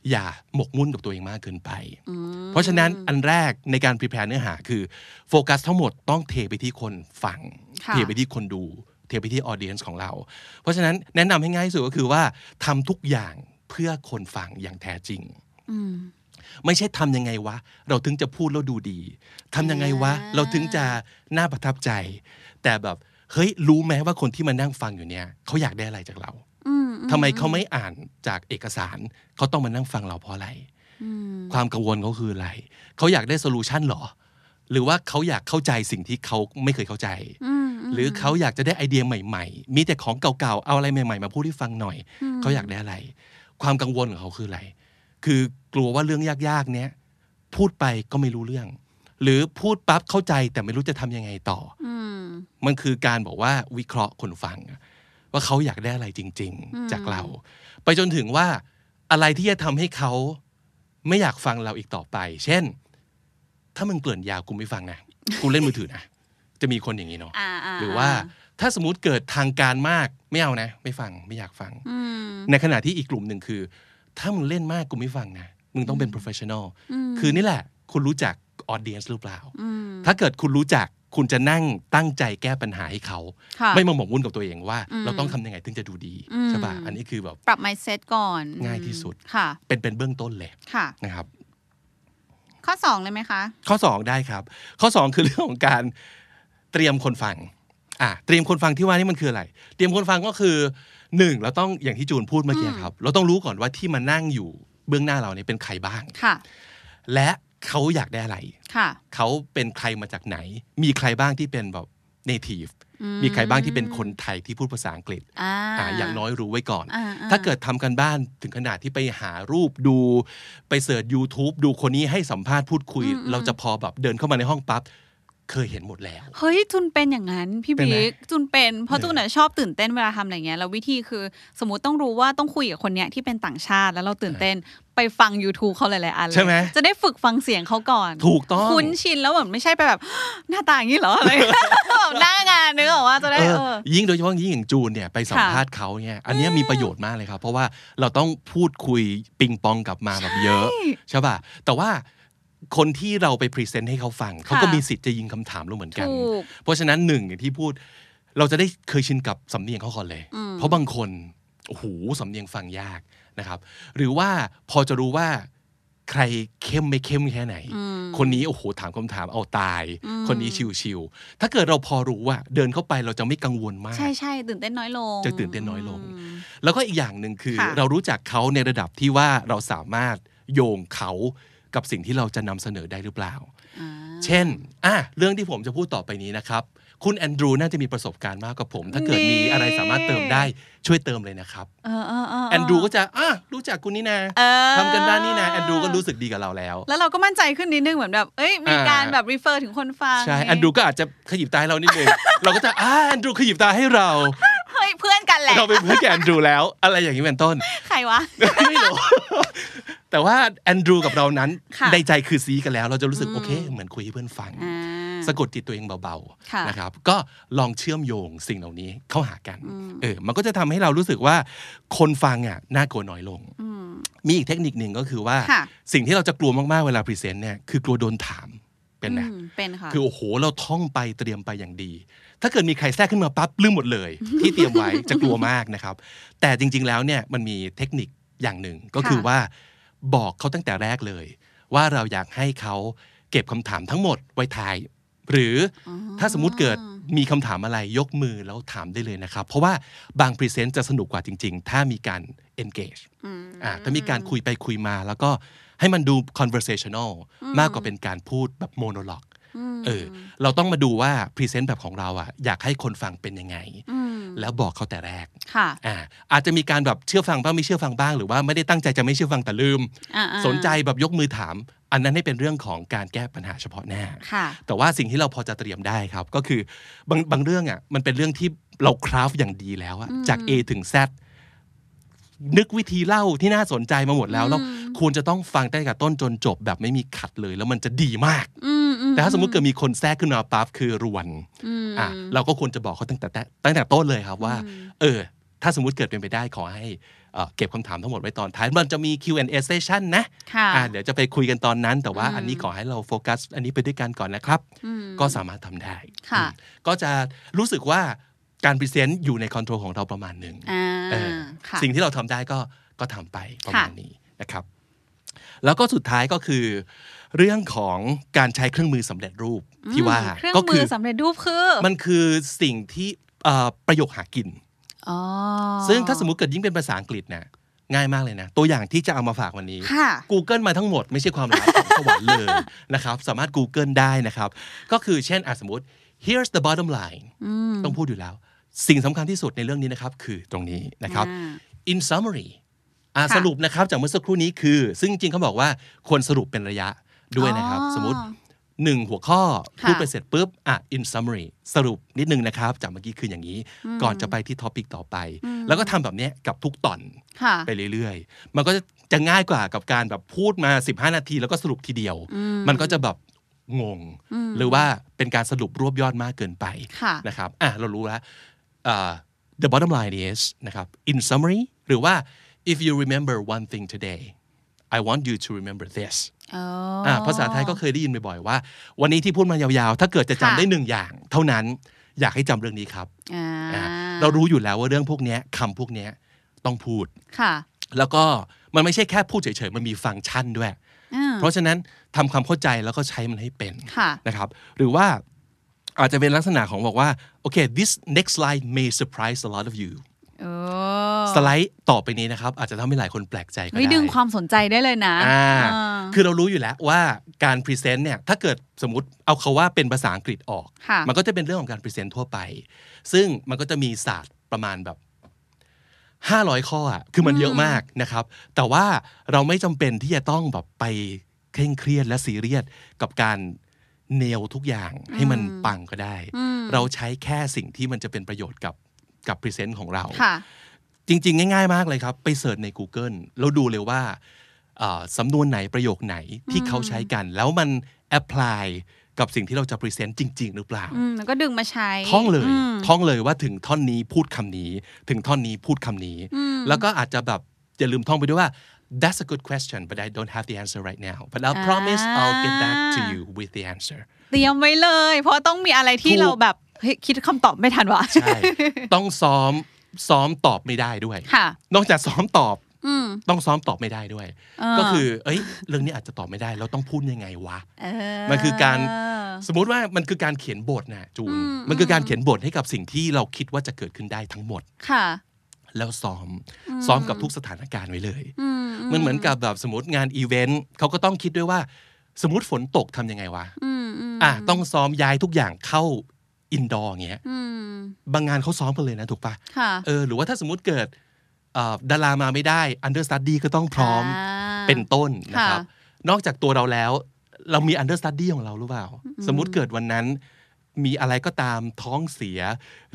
[SPEAKER 2] อย่าหมกมุ่นกับตัวเองมากเกินไป
[SPEAKER 1] อืม
[SPEAKER 2] เพราะฉะนั้นอันแรกในการพรีแพร์เนื้อหาคือโฟกัสทั้งหมดต้องเทไปที่คนฟัง
[SPEAKER 1] ค่ะ
[SPEAKER 2] เทไปที่คนดู เทไปที่ออเดียนของเรา เพราะฉะนั้นแนะนำให้ง่ายที่สุดก็คือว่าทำทุกอย่างเพื่อคนฟังอย่างแท้จริง
[SPEAKER 1] อืม
[SPEAKER 2] ไม่ใช่ทำยังไงวะ เราถึงจะพูดแล้วดูดีทำยังไงวะ
[SPEAKER 1] อ่า
[SPEAKER 2] เราถึงจะน่าประทับใจ แต่แบบ เฮ้ย รู้ไหมว่าคนที่มานั่งฟังอยู่เนี่ย เขาอยากได้อะไรจากเรา
[SPEAKER 1] อืมอื
[SPEAKER 2] ทำไมเขาไม่อ่านจากเอกสาร เขาต้องมานั่งฟังเราเพราะอะไร
[SPEAKER 1] อืม
[SPEAKER 2] ความกังวลเขาคืออะไร เขาอยากได้โซลูชันหรอ หรือว่าเขาอยากเข้าใจสิ่งที่เขาไม่เคยเข้าใจ
[SPEAKER 1] อืมม
[SPEAKER 2] หรือเขาอยากจะได้ไอเดียใหม่ ๆ มีแต่ของเก่าๆ เอาอะไรใหม่ ๆ มาพูดให้ฟังหน่อย
[SPEAKER 1] ม
[SPEAKER 2] เขาอยากได้อะไร ความกังวลของเขาคืออะไร คือกลัวว่าเรื่องยากๆ เนี้ยพูดไปก็ไม่รู้เรื่อง หรือพูดปั๊บเข้าใจแต่ไม่รู้จะทำยังไงต่อ
[SPEAKER 1] อืม
[SPEAKER 2] มันคือการบอกว่าวิเคราะห์คนฟัง ว่าเขาอยากได้อะไรจริง
[SPEAKER 1] อืม
[SPEAKER 2] ๆ จากเรา ไปจนถึงว่าอะไรที่จะทำให้เขาไม่อยากฟังเราอีกต่อไป เช่น ถ้ามึงเกลื่อนยาวกูไม่ฟังนะกูเล่นมือถือนะจะมีคนอย่างนี้เนาะ
[SPEAKER 1] อ่าๆๆ
[SPEAKER 2] หรือว่าถ้าสมมติเกิดทางการมากไม่เอานะ ไม่ฟังไม่อยากฟัง
[SPEAKER 1] อืม
[SPEAKER 2] ในขณะที่อีกกลุ่มหนึ่งคือ ถ้ามึงเล่นมากกูไม่ฟังนะ มึงต้องเป็น professional
[SPEAKER 1] ม
[SPEAKER 2] คือนี่แหละ คุณรู้จัก audience หรือเปล่า
[SPEAKER 1] ม
[SPEAKER 2] ถ้าเกิดคุณรู้จักคุณจะนั่งตั้งใจแก้ปัญหาให้เขา
[SPEAKER 1] ค่ะ
[SPEAKER 2] ไม่มาหมกมุ่นกับตัวเองว่า
[SPEAKER 1] อืม
[SPEAKER 2] เราต้องทำยังไงถึงจะดูดี
[SPEAKER 1] อืม
[SPEAKER 2] ใช่ป่ะอันนี้คือแบบ
[SPEAKER 1] ปรับ mindset ก่อน
[SPEAKER 2] ง่ายที่สุด
[SPEAKER 1] ค่ะ
[SPEAKER 2] เป็นเป็นเบื้องต้นเลย
[SPEAKER 1] ค่ะ
[SPEAKER 2] นะครับ
[SPEAKER 1] ข้อสองเลยไหมคะ
[SPEAKER 2] ข้อ 2 ได้ครับ ข้อ 2 คือเรื่องของการเตรียมคนฟังอ่ะเตรียมคนฟังที่ว่านี่มันคืออะไร เตรียมคนฟังก็คือหนึ่งเราต้องอย่างที่จูนพูดเมื่อกี้ครับ เราต้องรู้ก่อนว่าที่มานั่งอยู่เบื้องหน้าเราเนี่ยเป็นใครบ้าง
[SPEAKER 1] ค่ะ
[SPEAKER 2] และเขาอยากได้อะไร
[SPEAKER 1] ค่ะ
[SPEAKER 2] เขาเป็นใครมาจากไหน มีใครบ้างที่เป็นแบบ native
[SPEAKER 1] อืม
[SPEAKER 2] มีใครบ้างที่เป็นคนไทยที่พูดภาษาอังกฤษ
[SPEAKER 1] อ่า
[SPEAKER 2] อ่ะอย่างน้อยรู้ไว้ก่อน
[SPEAKER 1] อ่ๆ
[SPEAKER 2] ถ้าเกิดทำกันบ้านถึงขนาดที่ไปหารูปดู ไปเสิร์ช YouTube ดูคนนี้ให้สัมภาษณ์พูดคุย เราจะพอแบบเดินเข้ามาในห้องปั๊บ เคยเห็นหมดแล้ว
[SPEAKER 1] เฮ้ย จุนเป็นอย่างนั้น พี่
[SPEAKER 2] เป็นไหม
[SPEAKER 1] บิ๊กจุนเป็น เพราะ
[SPEAKER 2] เออ
[SPEAKER 1] จุนน่ะชอบตื่นเต้นเวลาทำอะไรเงี้ย แล้ววิธีคือ สมมติต้องรู้ว่าต้องคุยกับคนเนี้ยที่เป็นต่างชาติ แล้วเราตื่นเต้น ไปฟัง YouTube เขาหลายๆอันเลย
[SPEAKER 2] ใช่ไหม
[SPEAKER 1] จะได้ฝึกฟังเสียงเขาก่อน
[SPEAKER 2] ถูกต้อง
[SPEAKER 1] คุ้นชินแล้วแบบไม่ใช่ไปแบบ หน้าตาอย่างนี้เหรออะไร แบบหน้างานนึกออกว่าจะได้
[SPEAKER 2] เอ
[SPEAKER 1] เอ
[SPEAKER 2] อ
[SPEAKER 1] อ
[SPEAKER 2] ยิ่งโดยเฉพาะยิ่งอย่างจูนเนี่ยไปสัมภาษณ์เขาเนี่ยอันเนี้ยมีประโยชน์มากเลยครับ เพราะว่าเราต้องพูดคุยปิงปองกลับมาแบบเยอะ ใช่ป่ะ แต่ว่าคนที่เราไปพรีเซนต์ให้เขาฟัง เขาก็
[SPEAKER 1] ค่ะ
[SPEAKER 2] มีสิทธิ์จะยิงคำถามเราเหมือนกัน
[SPEAKER 1] ถูก
[SPEAKER 2] เพราะฉะนั้นหนึ่งอย่างที่พูดเราจะได้เคยชินกับสำเนียงเขาก่อนเลย
[SPEAKER 1] อืม
[SPEAKER 2] เพราะบางคนโอ้โหสำเนียงฟังยากนะครับ หรือว่าพอจะรู้ว่า ใครเข้มไม่เข้มแค่ไหน
[SPEAKER 1] อืม
[SPEAKER 2] คนนี้โอ้โหถามคำถามเอาตาย
[SPEAKER 1] อืม
[SPEAKER 2] คนนี้ชิวๆถ้าเกิดเราพอรู้ว่า เดินเข้าไปเราจะไม่กังวลมาก
[SPEAKER 1] ใช่ใช่ตื่นเต้นน้อยลง
[SPEAKER 2] จะตื่นเต้นน้อยลง แล้วก็อีกอย่างหนึ่งคือ
[SPEAKER 1] ค่ะ
[SPEAKER 2] เรารู้จักเขาในระดับที่ว่าเราสามารถโยงเขากับสิ่งที่เราจะนำเสนอได้หรือเปล่า
[SPEAKER 1] อืมอ่า
[SPEAKER 2] เช่นอ่ะเรื่องที่ผมจะพูดต่อไปนี้นะครับ คุณแอนดรูน่าจะมีประสบการณ์มากกว่าผม ถ้าเกิด
[SPEAKER 1] นี่
[SPEAKER 2] มีอะไรสามารถเติมได้ช่วยเติมเลยนะครับ
[SPEAKER 1] เออเออเออ
[SPEAKER 2] แอนดรูก็จะอ่ะรู้จักคุณนี่นา
[SPEAKER 1] เออ
[SPEAKER 2] ทำกันบ้านนี่นาแอนดรูก็รู้สึกดีกับเราแล้ว
[SPEAKER 1] แล้วเราก็มั่นใจขึ้นนิดนึงเหมือนแบบ เอ้ย มีการ
[SPEAKER 2] อ่า
[SPEAKER 1] แบบ รีเฟอร์ถึงคนฟัง
[SPEAKER 2] ใช่แอนดรูก็อาจจะขยิบตาให้เรานิดนึง เราก็จะอ่าแอนดรูขยิบตาให้เรา
[SPEAKER 1] เฮ้ย เพื่อนกันแหละ
[SPEAKER 2] เราเป็นเพื่อนกับแอนดรูแล้ว อะไรอย่างนี้เป็นต้น
[SPEAKER 1] ใครวะ
[SPEAKER 2] ไม่รู้ แต่ว่าแอนดรูกับเรานั้น
[SPEAKER 1] ค่ะ
[SPEAKER 2] ในใจคือซีกันแล้ว เราจะรู้สึก
[SPEAKER 1] อืม
[SPEAKER 2] โอเค เหมือนคุยให้เพื่อนฟัง
[SPEAKER 1] อ่า
[SPEAKER 2] สะกดจิตตัวเองเบา
[SPEAKER 1] ค่ะ
[SPEAKER 2] ๆนะครับ ก็ลองเชื่อมโยงสิ่งเหล่านี้เข้าหากัน
[SPEAKER 1] อืม
[SPEAKER 2] เออ มันก็จะทำให้เรารู้สึกว่า คนฟังอ่ะน่ากลัวน้อยลง
[SPEAKER 1] อืม
[SPEAKER 2] มีอีกเทคนิคหนึ่งก็คือว่า
[SPEAKER 1] ค่ะ
[SPEAKER 2] สิ่งที่เราจะกลัวมากๆ เวลาพรีเซนต์เนี่ย คือกลัวโดนถาม เป็นไหม
[SPEAKER 1] อืมเป็นค่ะ
[SPEAKER 2] คือโอ้โห เราท่องไปเตรียมไปอย่างดี ถ้าเกิดมีใครแทรกขึ้นมาปั๊บลืมหมดเลย ที่เตรียมไว้ จะกลัวมากนะครับ แต่จริง ๆ แล้วเนี่ยมันมีเทคนิคอย่างหนึ่งก็คือ
[SPEAKER 1] ค่ะ
[SPEAKER 2] ว่าบอกเขาตั้งแต่แรกเลย ว่าเราอยากให้เขาเก็บคำถามทั้งหมดไว้ท้าย หรืออถ้าสมมุติเกิดมีคำถามอะไรยกมือแล้วถามได้เลยนะครับ เพราะว่าบางพรีเซนต์จะสนุกกว่าจริง ๆ ถ้ามีการ engage
[SPEAKER 1] อืม
[SPEAKER 2] อ่ะถ้ามีการคุยไปคุยมาแล้วก็ให้มันดู conversational มากกว่าเป็นการพูดแบบ monologue
[SPEAKER 1] อืม
[SPEAKER 2] เออ เราต้องมาดูว่า พรีเซนต์แบบของเราอะอยากให้คนฟังเป็นยังไง
[SPEAKER 1] อืม
[SPEAKER 2] แล้วบอกเขาแต่แรก
[SPEAKER 1] ค่ะ
[SPEAKER 2] อ่า อาจจะมีการแบบเชื่อฟังบ้างไม่เชื่อฟังบ้าง หรือว่าไม่ได้ตั้งใจจะไม่เชื่อฟังแต่ลืม
[SPEAKER 1] อ่าๆ
[SPEAKER 2] สนใจแบบยกมือถาม อันนั้นให้เป็นเรื่องของการแก้ปัญหาเฉพาะหน้า
[SPEAKER 1] ค่ะ
[SPEAKER 2] แต่ว่าสิ่งที่เราพอจะเตรียมได้ครับ ก็คือบางบางเรื่องอ่ะมันเป็นเรื่องที่เราคราฟอย่างดีแล้วอะ
[SPEAKER 1] อืม
[SPEAKER 2] จาก A ถึง Z นึกวิธีเล่าที่น่าสนใจมาหมดแล้ว
[SPEAKER 1] อืม
[SPEAKER 2] แล้วควรจะต้องฟังตั้งแต่ต้นจนจบแบบไม่มีขัดเลย แล้วมันจะดีมาก
[SPEAKER 1] อืมอื
[SPEAKER 2] แต่ถ้าสมมติเกิดมีคนแทรกขึ้นมาปั๊บคือรวน
[SPEAKER 1] อืม
[SPEAKER 2] อ่ะเราก็ควรจะบอกเขาตั้งแต่แต่ตั้งแต่ต้นเลยครับว่า
[SPEAKER 1] อืม
[SPEAKER 2] เออ ถ้าสมมติเกิดเป็นไปได้ขอให้เอ่อเก็บคำถามทั้งหมดไว้ตอนท้าย มันจะมี Q&A session นะ
[SPEAKER 1] ค่ะ
[SPEAKER 2] อ่ะเดี๋ยวจะไปคุยกันตอนนั้น แต่ว่า
[SPEAKER 1] อืม
[SPEAKER 2] อันนี้ขอให้เราโฟกัส อันนี้ไปด้วยกันก่อนนะครับ
[SPEAKER 1] อืม
[SPEAKER 2] ก็สามารถทำได้
[SPEAKER 1] ค่ะ
[SPEAKER 2] อืมก็จะรู้สึกว่าการพรีเซนต์อยู่ในคอนโทรลของเราประมาณหนึ่ง
[SPEAKER 1] อ่า
[SPEAKER 2] เออ
[SPEAKER 1] ค่ะ
[SPEAKER 2] สิ่งที่เราทำได้ก็ก็ทำไปประมาณ
[SPEAKER 1] ค่ะ
[SPEAKER 2] นี้นะครับ แล้วก็สุดท้ายก็คือ เรื่องของการใช้เครื่องมือสำเร็จรูปที่ว่า
[SPEAKER 1] อืมเครื่อง
[SPEAKER 2] ก็
[SPEAKER 1] มือสำเร็จรูปคือ
[SPEAKER 2] มันคือสิ่งที่เอ่อประโยคหากิน
[SPEAKER 1] อ๋อ
[SPEAKER 2] ซึ่งถ้าสมมติเกิดยิ่งเป็นภาษาอังกฤษนะง่ายมากเลยนะ ตัวอย่างที่จะเอามาฝากวันนี้
[SPEAKER 1] ค่ะ
[SPEAKER 2] Google มาทั้งหมดไม่ใช่ความลับของสวรรค์เลยนะครับ สามารถ Google ได้นะครับ ก็คือเช่นอ่ะสมมติ here's the bottom line
[SPEAKER 1] อืม
[SPEAKER 2] ต้องพูดอยู่แล้ว สิ่งสำคัญที่สุดในเรื่องนี้นะครับ คือตรงนี้นะครับ
[SPEAKER 1] อ่า
[SPEAKER 2] in summary อ่ะ
[SPEAKER 1] ค่ะ
[SPEAKER 2] สรุปนะครับ จากเมื่อสักครู่นี้คือ ซึ่งจริงเขาบอกว่าควรสรุปเป็นระยะด้วยนะครับ
[SPEAKER 1] อ๋อ
[SPEAKER 2] สมมติหนึ่งหัวข้อ
[SPEAKER 1] ค่ะ
[SPEAKER 2] พูดไปเสร็จปุ๊บ อ่ะ in summary สรุปนิดนึงนะครับ จากเมื่อกี้คืออย่างนี้
[SPEAKER 1] อืม
[SPEAKER 2] ก่อนจะไปที่ท็อปิกต่อไป แล้วก็ทำแบบเนี้ยกับทุกตอน
[SPEAKER 1] ค่ะ
[SPEAKER 2] ไปเรื่อยๆ มันก็จะจะง่ายกว่ากับการแบบพูดมา 15 นาทีแล้วก็สรุปทีเดียว
[SPEAKER 1] อืม
[SPEAKER 2] มันก็จะแบบงง
[SPEAKER 1] อืม
[SPEAKER 2] หรือว่าเป็นการสรุปรวบยอดมากเกินไป
[SPEAKER 1] ค่ะ
[SPEAKER 2] นะครับอ่ะเรารู้แล้วอ่า the bottom line is นะครับ in summary หรือว่า if you remember one thing today I want you to remember this
[SPEAKER 1] อ๋ออ
[SPEAKER 2] อ่ะภาษาไทยก็เคยได้ยินบ่อยๆว่า วันนี้ที่พูดมายาวๆ ถ้าเกิดจะจำ
[SPEAKER 1] ค่ะ
[SPEAKER 2] ได้หนึ่งอย่าง เท่านั้นอยากให้จำเรื่องนี้ครับ
[SPEAKER 1] อ่า
[SPEAKER 2] อ่ะเรารู้อยู่แล้วว่าเรื่องพวกเนี้ยคำพวกเนี้ยต้องพูด
[SPEAKER 1] ค่ะ
[SPEAKER 2] แล้วก็มันไม่ใช่แค่พูดเฉยๆ มันมีฟังก์ชันด้วย
[SPEAKER 1] อืม
[SPEAKER 2] เพราะฉะนั้นทำความเข้าใจแล้วก็ใช้มันให้เป็น
[SPEAKER 1] ค่ะ
[SPEAKER 2] นะครับ หรือว่าอาจจะเป็นลักษณะของบอกว่า โอเค this next slide may surprise a lot of you
[SPEAKER 1] โอ้
[SPEAKER 2] สไลด์ต่อไปนี้นะครับ อาจจะทำให้หลายคนแปลกใจก็
[SPEAKER 1] เฮ้ย
[SPEAKER 2] ได้
[SPEAKER 1] ดึงความสนใจได้เลยนะ
[SPEAKER 2] อ่า
[SPEAKER 1] อ่า
[SPEAKER 2] คือเรารู้อยู่แล้วว่าการพรีเซนต์เนี่ยถ้าเกิดสมมติเอาเขาว่าเป็นภาษาอังกฤษออก
[SPEAKER 1] ค่ะ
[SPEAKER 2] มันก็จะเป็นเรื่องของการพรีเซนต์ทั่วไป ซึ่งมันก็จะมีศาสตร์ประมาณแบบ 500 ข้ออะคือมันเยอะมากนะครับ แต่ว่าเราไม่จำเป็นที่จะต้องแบบไปเคร่งเครียดและซีเรียสกับการเนวทุกอย่างให้มันปังก็ได้
[SPEAKER 1] อืม
[SPEAKER 2] เราใช้แค่สิ่งที่มันจะเป็นประโยชน์กับกับพรีเซนต์ของเรา
[SPEAKER 1] ค่ะ
[SPEAKER 2] จริง ๆ ง่าย ๆ มากเลยครับ ไปเสิร์ชใน Google แล้วดูเลยว่าเอ่อสำนวนไหนประโยคไหนที่เขาใช้กัน แล้วมันแอพพลายกับสิ่งที่เราจะพรีเซนต์จริง ๆ หรือเปล่า
[SPEAKER 1] อืมแล้วก็ดึงมาใช้
[SPEAKER 2] ท่องเลย
[SPEAKER 1] ม
[SPEAKER 2] ท่องเลยว่าถึงท่อนนี้พูดคำนี้ ถึงท่อนนี้พูดคำนี้
[SPEAKER 1] อืม
[SPEAKER 2] แล้วก็อาจจะแบบอย่าลืมท่องไปด้วยว่า that's a good question but I don't have the answer right now but I
[SPEAKER 1] อ่า
[SPEAKER 2] promise I'll get back to you with the answer
[SPEAKER 1] เตรียมไว้เลย เพราะต้องมีอะไรที่
[SPEAKER 2] ถูก
[SPEAKER 1] เราแบบเฮ้ยคิดคำตอบ ไม่ทันวะ
[SPEAKER 2] ใช่ ต้องซ้อมซ้อมตอบไม่ได้ด้วย
[SPEAKER 1] ค่ะ
[SPEAKER 2] นอกจากซ้อมตอบ
[SPEAKER 1] อืม
[SPEAKER 2] ต้องซ้อมตอบไม่ได้ด้วย
[SPEAKER 1] เ
[SPEAKER 2] ก็คือ เอ้ย เรื่องนี้อาจจะตอบไม่ได้ เราต้องพูดยังไงวะ
[SPEAKER 1] เออ
[SPEAKER 2] มันคือการ สมมติว่ามันคือการเขียนบทนะจูน
[SPEAKER 1] อืม
[SPEAKER 2] มันคือการเขียนบทให้กับสิ่งที่เราคิดว่าจะเกิดขึ้นได้ทั้งหมด
[SPEAKER 1] ค่ะ
[SPEAKER 2] แล้วซ้อม
[SPEAKER 1] อืม
[SPEAKER 2] ซ้อมกับทุกสถานการณ์ไว้เลย
[SPEAKER 1] อื
[SPEAKER 2] มันเหมือนกับแบบสมมติงานอีเวนต์เขาก็ต้องคิดด้วยว่า สมมติฝนตกทำยังไงวะ
[SPEAKER 1] อืมม
[SPEAKER 2] อ่ะต้องซ้อมย้ายทุกอย่างเข้าอินดอร์เงี้ย
[SPEAKER 1] อืม
[SPEAKER 2] บางงานเขาซ้อมกันเลยนะถูกปะ
[SPEAKER 1] ค่ะ
[SPEAKER 2] เออหรือว่าถ้าสมมติเกิดเอ่อดารามาไม่ได้อันเดอร์สตัดดี้ก็ต้องพร้อมา เป็นต้นนะครับ
[SPEAKER 1] ค่ะ
[SPEAKER 2] นอกจากตัวเราแล้ว เรามีอันเดอร์สตัดดี้ของเราหรือเปล่า สมมติเกิดวันนั้น มีอะไรก็ตามท้องเสีย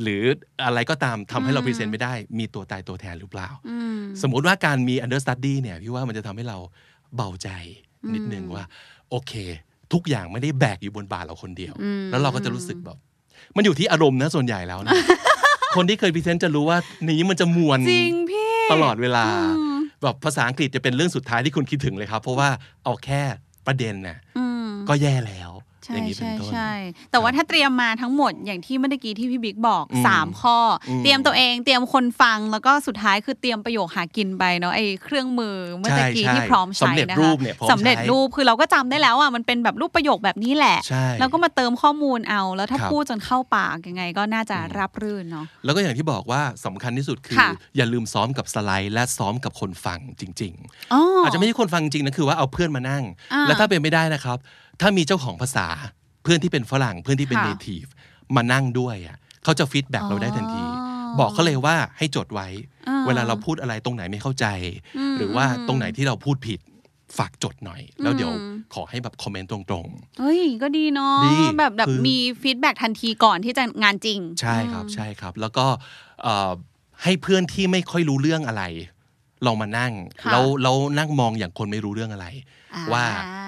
[SPEAKER 2] หรืออะไรก็ตามทำให้เราพรีเซนต์ไม่ได้ มีตัวตายตัวแทนหรือเปล่า
[SPEAKER 1] อืม
[SPEAKER 2] สมมุติว่าการมี understudy เนี่ยพี่ว่ามันจะทำให้เราเบาใจนิดนึงว่า โอเค ทุกอย่างไม่ได้แบกอยู่บนบ่าเราคนเดียว
[SPEAKER 1] อืม
[SPEAKER 2] แล้วเราก็จะรู้สึกแบบ มันอยู่ที่อารมณ์นะส่วนใหญ่แล้วนะ คนที่เคยพรีเซนต์จะรู้ว่านี้มันจะมวน
[SPEAKER 1] จริงพี่
[SPEAKER 2] ตลอดเวลา
[SPEAKER 1] อืม
[SPEAKER 2] แบบภาษาอังกฤษจะเป็นเรื่องสุดท้ายที่คุณคิดถึงเลยครับ เพราะว่าเอาแค่ประเด็นน่ะ
[SPEAKER 1] อืม
[SPEAKER 2] ก็แย่แล้ว
[SPEAKER 1] ใช่
[SPEAKER 2] อย่างนี้เป็
[SPEAKER 1] ใช่
[SPEAKER 2] นต้น
[SPEAKER 1] ใช่แต่ว่าถ้าเตรียมมาทั้งหมดอย่างที่เมื่อกี้ที่พี่บิ๊กบอก
[SPEAKER 2] อืม
[SPEAKER 1] สามข้ออ
[SPEAKER 2] ม
[SPEAKER 1] เตรียมตัวเองเตรียมคนฟังแล้วก็สุดท้ายคือเตรียมประโยคหากินไปเนาะไอ้เครื่องมือเมื่อตะกี้
[SPEAKER 2] ใช่ใช่
[SPEAKER 1] ที่พร้อมใช้
[SPEAKER 2] สำเร็จ
[SPEAKER 1] นะ
[SPEAKER 2] รู
[SPEAKER 1] คะ
[SPEAKER 2] ปเนี่ยพร้อม
[SPEAKER 1] สำเร็จ
[SPEAKER 2] ใช้
[SPEAKER 1] รูปคือเราก็จำได้แล้วอ่ะมันเป็นแบบรูปประโยคแบบนี้แหละ
[SPEAKER 2] ใช่
[SPEAKER 1] แล้วก็มาเติมข้อมูลเอาแล้วถ้า
[SPEAKER 2] ครับ
[SPEAKER 1] พูดจนเข้าปากยังไงก็น่าจะ
[SPEAKER 2] อืม
[SPEAKER 1] รับรื่นเนาะ
[SPEAKER 2] แล้วก็อย่างที่บอกว่าสำคัญที่สุดคือ
[SPEAKER 1] ค่ะ
[SPEAKER 2] อย่าลืมซ้อมกับสไลด์ และซ้อมกับคนฟังจริง ๆ
[SPEAKER 1] อ๋อ
[SPEAKER 2] อา
[SPEAKER 1] อา
[SPEAKER 2] จจะไม่ใช่คนฟังจริงนะคือว่าเอาเพื่อนมานั่ง
[SPEAKER 1] อ่า
[SPEAKER 2] แล้วถ้าเป็นไม่ได้นะครับ ถ้ามีเจ้าของภาษาเพื่อนที่เป็นฝรั่งเพื่อนที่เป็น
[SPEAKER 1] ค่ะ
[SPEAKER 2] native มานั่งด้วยอ่ะเขาจะฟีดแบ็กเราได้ทันที
[SPEAKER 1] อ๋อ
[SPEAKER 2] บอกเขาเลยว่าให้จดไว้
[SPEAKER 1] อ่า
[SPEAKER 2] เวลาเราพูดอะไรตรงไหนไม่เข้าใจ
[SPEAKER 1] อืม
[SPEAKER 2] หรือว่าตรงไหนที่เราพูดผิดฝากจดหน่อย แล้วเดี๋ยว
[SPEAKER 1] อืม
[SPEAKER 2] ขอให้แบบคอมเมนต์ตรง
[SPEAKER 1] เฮ้ยก็ดีเนาะ
[SPEAKER 2] ดี
[SPEAKER 1] แบบแบบ
[SPEAKER 2] คือ
[SPEAKER 1] มีฟีดแบ็ทันทีก่อนที่จะงานจริง
[SPEAKER 2] ๆ ใช่ครับ
[SPEAKER 1] อืม
[SPEAKER 2] ใช่ครับ แล้วก็เอ่อให้เพื่อนที่ไม่ค่อยรู้เรื่องอะไรลองมานั่ง
[SPEAKER 1] ค่ะ
[SPEAKER 2] แล้วแล้วนั่งมองอย่างคนไม่รู้เรื่องอะไร
[SPEAKER 1] อ่
[SPEAKER 2] ว่า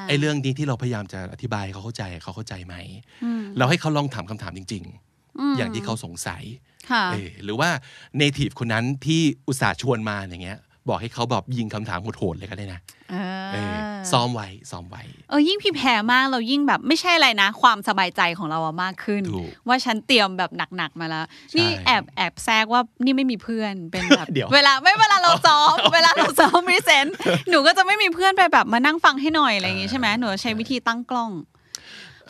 [SPEAKER 2] ไอ้เรื่องนี้ที่เราพยายามจะอธิบายให้เขาเข้าใจเขาเข้าใจไหม
[SPEAKER 1] อืม
[SPEAKER 2] เราให้เขาลองถามคำถามจริง
[SPEAKER 1] ม
[SPEAKER 2] ๆ อย่างที่เขาสงสัย
[SPEAKER 1] ค่ะ
[SPEAKER 2] เออหรือว่า native คนนั้นที่อุตส่าห์ชวนมาอย่างเงี้ย บอกให้เขาแบบยิงคำถามโหดๆเลยก็ได้นะ
[SPEAKER 1] เอ
[SPEAKER 2] เออ
[SPEAKER 1] อ
[SPEAKER 2] ซ้อมไว้ซ้อมไว้
[SPEAKER 1] เออยิ่งพี่แพ้มากเรายิ่งแบบไม่ใช่อะไรนะ ความสบายใจของเราอะมากขึ้น
[SPEAKER 2] ถูก
[SPEAKER 1] ว่าฉันเตรียมแบบหนักๆมาแล้ว
[SPEAKER 2] ช่
[SPEAKER 1] นี่แอบแอบแทรกว่านี่ไม่มีเพื่อนเป็นแบบ
[SPEAKER 2] เดี๋ยว
[SPEAKER 1] เวลาไม่เวลาเราซ้อ ม เวลาเราซ้อมพรีเซนต์หนูก็จะไม่มีเพื่อนไปแบบมานั่งฟังให้หน่อยอะไรอย่างงี้ใช่ไหมหนูใช้วิธีตั้งกล้อง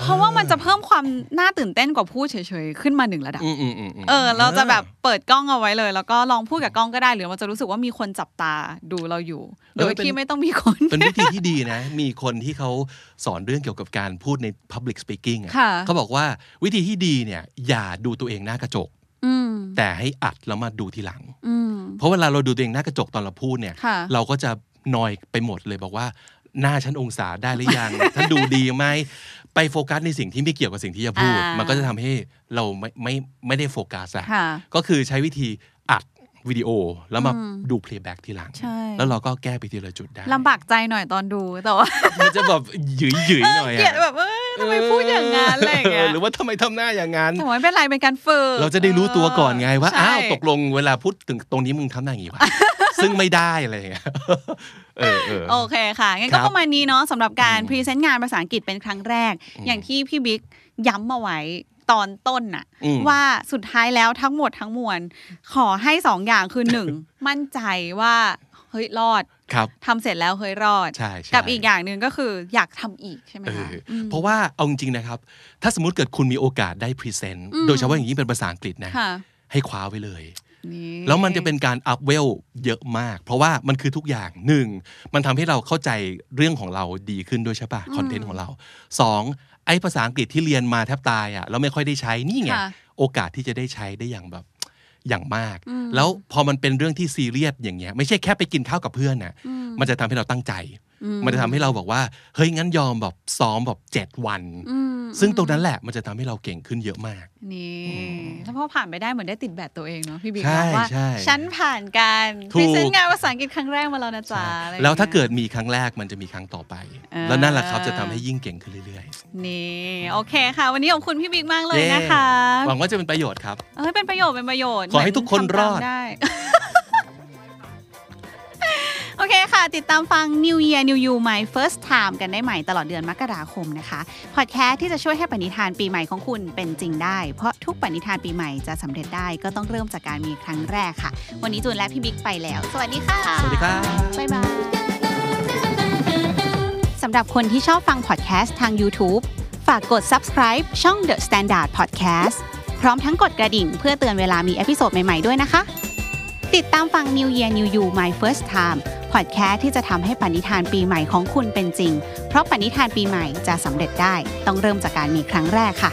[SPEAKER 1] เพราะว่ามันจะเพิ่มความน่าตื่นเต้นกว่าพูดเฉยๆขึ้นมาหนึ่งระดับ
[SPEAKER 2] อืมอืมอืมม
[SPEAKER 1] เออเราจะแบบเปิดกล้องเอาไว้เลย แล้วก็ลองพูดกับกล้องก็ได้หรือมันจะรู้สึกว่ามีคนจับตาดูเราอยู่ โดยที่ไม่ต้องมีคน
[SPEAKER 2] เป็นวิธีที่ดีนะ มีคนที่เขาสอนเรื่องเกี่ยวกับการพูดใน public speaking อะ
[SPEAKER 1] ค่ะ
[SPEAKER 2] เขาบอกว่าวิธีที่ดีเนี่ย อย่าดูตัวเองหน้ากระจก
[SPEAKER 1] อืม
[SPEAKER 2] แต่ให้อัดแล้วมาดูทีหลัง
[SPEAKER 1] อืม
[SPEAKER 2] เพราะเวลาเราดูตัวเองหน้ากระจกตอนเราพูดเนี่ย
[SPEAKER 1] ค่ะ
[SPEAKER 2] เราก็จะนอยไปหมดเลยบอกว่าหน้าฉันองศาได้ หรือยัง ฉันดูดีไหมไปโฟกัสในสิ่งที่ไม่เกี่ยวกับสิ่งที่จะพูด
[SPEAKER 1] อ่ามั
[SPEAKER 2] มันก็จะทำให้เราไม่ไม่ไม่ได้โฟกัสอะ
[SPEAKER 1] ค่ะ
[SPEAKER 2] ก็คือใช้วิธีอัดวิดีโอแล้วมา
[SPEAKER 1] อืม
[SPEAKER 2] ดูเพลย์แบ็กทีหลัง
[SPEAKER 1] ใช่
[SPEAKER 2] แล้วเราก็แก้ไปทีละจุดได้
[SPEAKER 1] ลำบากใจหน่อยตอนดูแต่ว่า
[SPEAKER 2] มันจะแบบหยุยหยหน่อย
[SPEAKER 1] เกลีย
[SPEAKER 2] อะ
[SPEAKER 1] ดแบบเอ้ยทำไมพูดอย่างงั้นอะไรอย่างเงี้ย
[SPEAKER 2] หรือว่าทำไมทำหน้าอย่างนั้น
[SPEAKER 1] แต่ว่าไม่เป็นไรเป็นการฝึก
[SPEAKER 2] เราจะได้รู้ตัวก่อนไงว่า
[SPEAKER 1] ใช่
[SPEAKER 2] อ้าวตกลงเวลาพูดถึงตรงนี้มึงทำหน้าอย่างนี้วะ ซึ่งไม่ได้อะไรอย่าง เงี้ยเออเออ
[SPEAKER 1] โอเคค่ะงั้น
[SPEAKER 2] ครั
[SPEAKER 1] ก็ป
[SPEAKER 2] บ
[SPEAKER 1] ระมาณนี้เนาะสำหรับการ
[SPEAKER 2] อืม
[SPEAKER 1] พรีเซนต์งานภาษาอังกฤษเป็นครั้งแรก
[SPEAKER 2] อืม
[SPEAKER 1] อย่างที่พี่บิ๊กย้ำมาไว้ตอนต้นน่ะ
[SPEAKER 2] อืม
[SPEAKER 1] ว่าสุดท้ายแล้วทั้งหมดทั้งมวล ขอให้สองอย่างคือ หนึ่ง มั่นใจว่าเฮ้ยรอด
[SPEAKER 2] ครับ
[SPEAKER 1] ทำเสร็จแล้วเฮ้ยรอด
[SPEAKER 2] ใช่ใช่
[SPEAKER 1] กับอีกอย่างหนึ่งก็คืออยากทำอีกใช่ไหม
[SPEAKER 2] เอ
[SPEAKER 1] คะ
[SPEAKER 2] ออ
[SPEAKER 1] ม
[SPEAKER 2] เพราะว่าเอาจริงๆนะครับ ถ้าสมมติเกิดคุณมีโอกาสได้พรีเซนต์
[SPEAKER 1] อืม
[SPEAKER 2] โดยเฉพาะอย่างยิ่งเป็นภาษาอังกฤษนะ
[SPEAKER 1] ค่ะ
[SPEAKER 2] ให้คว้าไว้เลย
[SPEAKER 1] นี่
[SPEAKER 2] แล้วมันจะเป็นการอัพเวลเยอะมาก เพราะว่ามันคือทุกอย่างหนึ่งมันทำให้เราเข้าใจเรื่องของเราดีขึ้นด้วยใช่ปะคอนเทนต์ของเราสองไอ้ภาษาอังกฤษที่เรียนมาแทบตายอ่ะแล้วไม่ค่อยได้ใช้นี่ไง
[SPEAKER 1] ค่ะ
[SPEAKER 2] โอกาสที่จะได้ใช้ได้อย่างแบบอย่างมาก
[SPEAKER 1] อืม
[SPEAKER 2] แล้วพอมันเป็นเรื่องที่ซีเรียสอย่างเงี้ยไม่ใช่แค่ไปกินข้าวกับเพื่อนนะ
[SPEAKER 1] อืม
[SPEAKER 2] มันจะทำให้เราตั้งใจ
[SPEAKER 1] อื
[SPEAKER 2] มันจะทำให้เราบอกว่า เฮ้ย งั้นยอมแบบซ้อมแบบเจ็ดวัน
[SPEAKER 1] อืม
[SPEAKER 2] ซึ่งตรงนั้นแหละมันจะทำให้เราเก่งขึ้นเยอะมาก
[SPEAKER 1] นี่
[SPEAKER 2] อืม
[SPEAKER 1] แล้วพอผ่านไปได้เหมือนได้ติดแบตตัวเองเนาะพี่บิ๊ก
[SPEAKER 2] ใช่
[SPEAKER 1] บอกว่า
[SPEAKER 2] ใช่
[SPEAKER 1] ฉันผ่านการ
[SPEAKER 2] ถู
[SPEAKER 1] พ
[SPEAKER 2] ก
[SPEAKER 1] รีเซนต์งานภาษาอังกฤษครั้งแรกมาแล้วนะจ๊ะอะไรอย่งงี้ย
[SPEAKER 2] แล้วถ้าเกิดมีครั้งแรกมันจะมีครั้งต่อไป
[SPEAKER 1] อ่า
[SPEAKER 2] แล้วนั่นแหละครับจะทำให้ยิ่งเก่งขึ้นเรื่อย
[SPEAKER 1] นี่โอเคค่ะ วันนี้ขอบคุณพี่บิ๊กมาก
[SPEAKER 2] ๆ
[SPEAKER 1] เลยนะคะ
[SPEAKER 2] หวังว่าจะเป็นประโยชน์ครับ
[SPEAKER 1] เอ้ยเป็นประโยชน์เป็นประโยชน์
[SPEAKER 2] ขอให้ทุกคน
[SPEAKER 1] เมื
[SPEAKER 2] รอ
[SPEAKER 1] ทำ
[SPEAKER 2] ด
[SPEAKER 1] ตามได้ โอ เคค่ะ ติดตามฟัง New Year New You My First Time กันได้ใหม่ตลอดเดือนมกราคมนะคะพอดแคสต์ที่จะช่วยให้ปณิธานปีใหม่ของคุณเป็นจริงได้ เพราะทุกปณิธานปีใหม่จะสำเร็จได้ก็ต้องเริ่มจากการมีครั้งแรกค่ะ วันนี้จูนและพี่บิ๊กไปแล้ว สวัสดีค่ะ
[SPEAKER 2] สวัสดีครับ
[SPEAKER 1] บ๊ายบายสำหรับคนที่ชอบฟังพอดแคสต์ทาง YouTube ฝากกด subscribe ช่อง The Standard Podcast พร้อมทั้งกดกระดิ่งเพื่อเตือนเวลามีเอพิโซดใหม่ ๆ ด้วยนะคะ ติดตามฟัง New Year New You My First Time พอดแคสต์ที่จะทำให้ปณิธานปีใหม่ของคุณเป็นจริง เพราะปณิธานปีใหม่จะสำเร็จได้ ต้องเริ่มจากการมีครั้งแรกค่ะ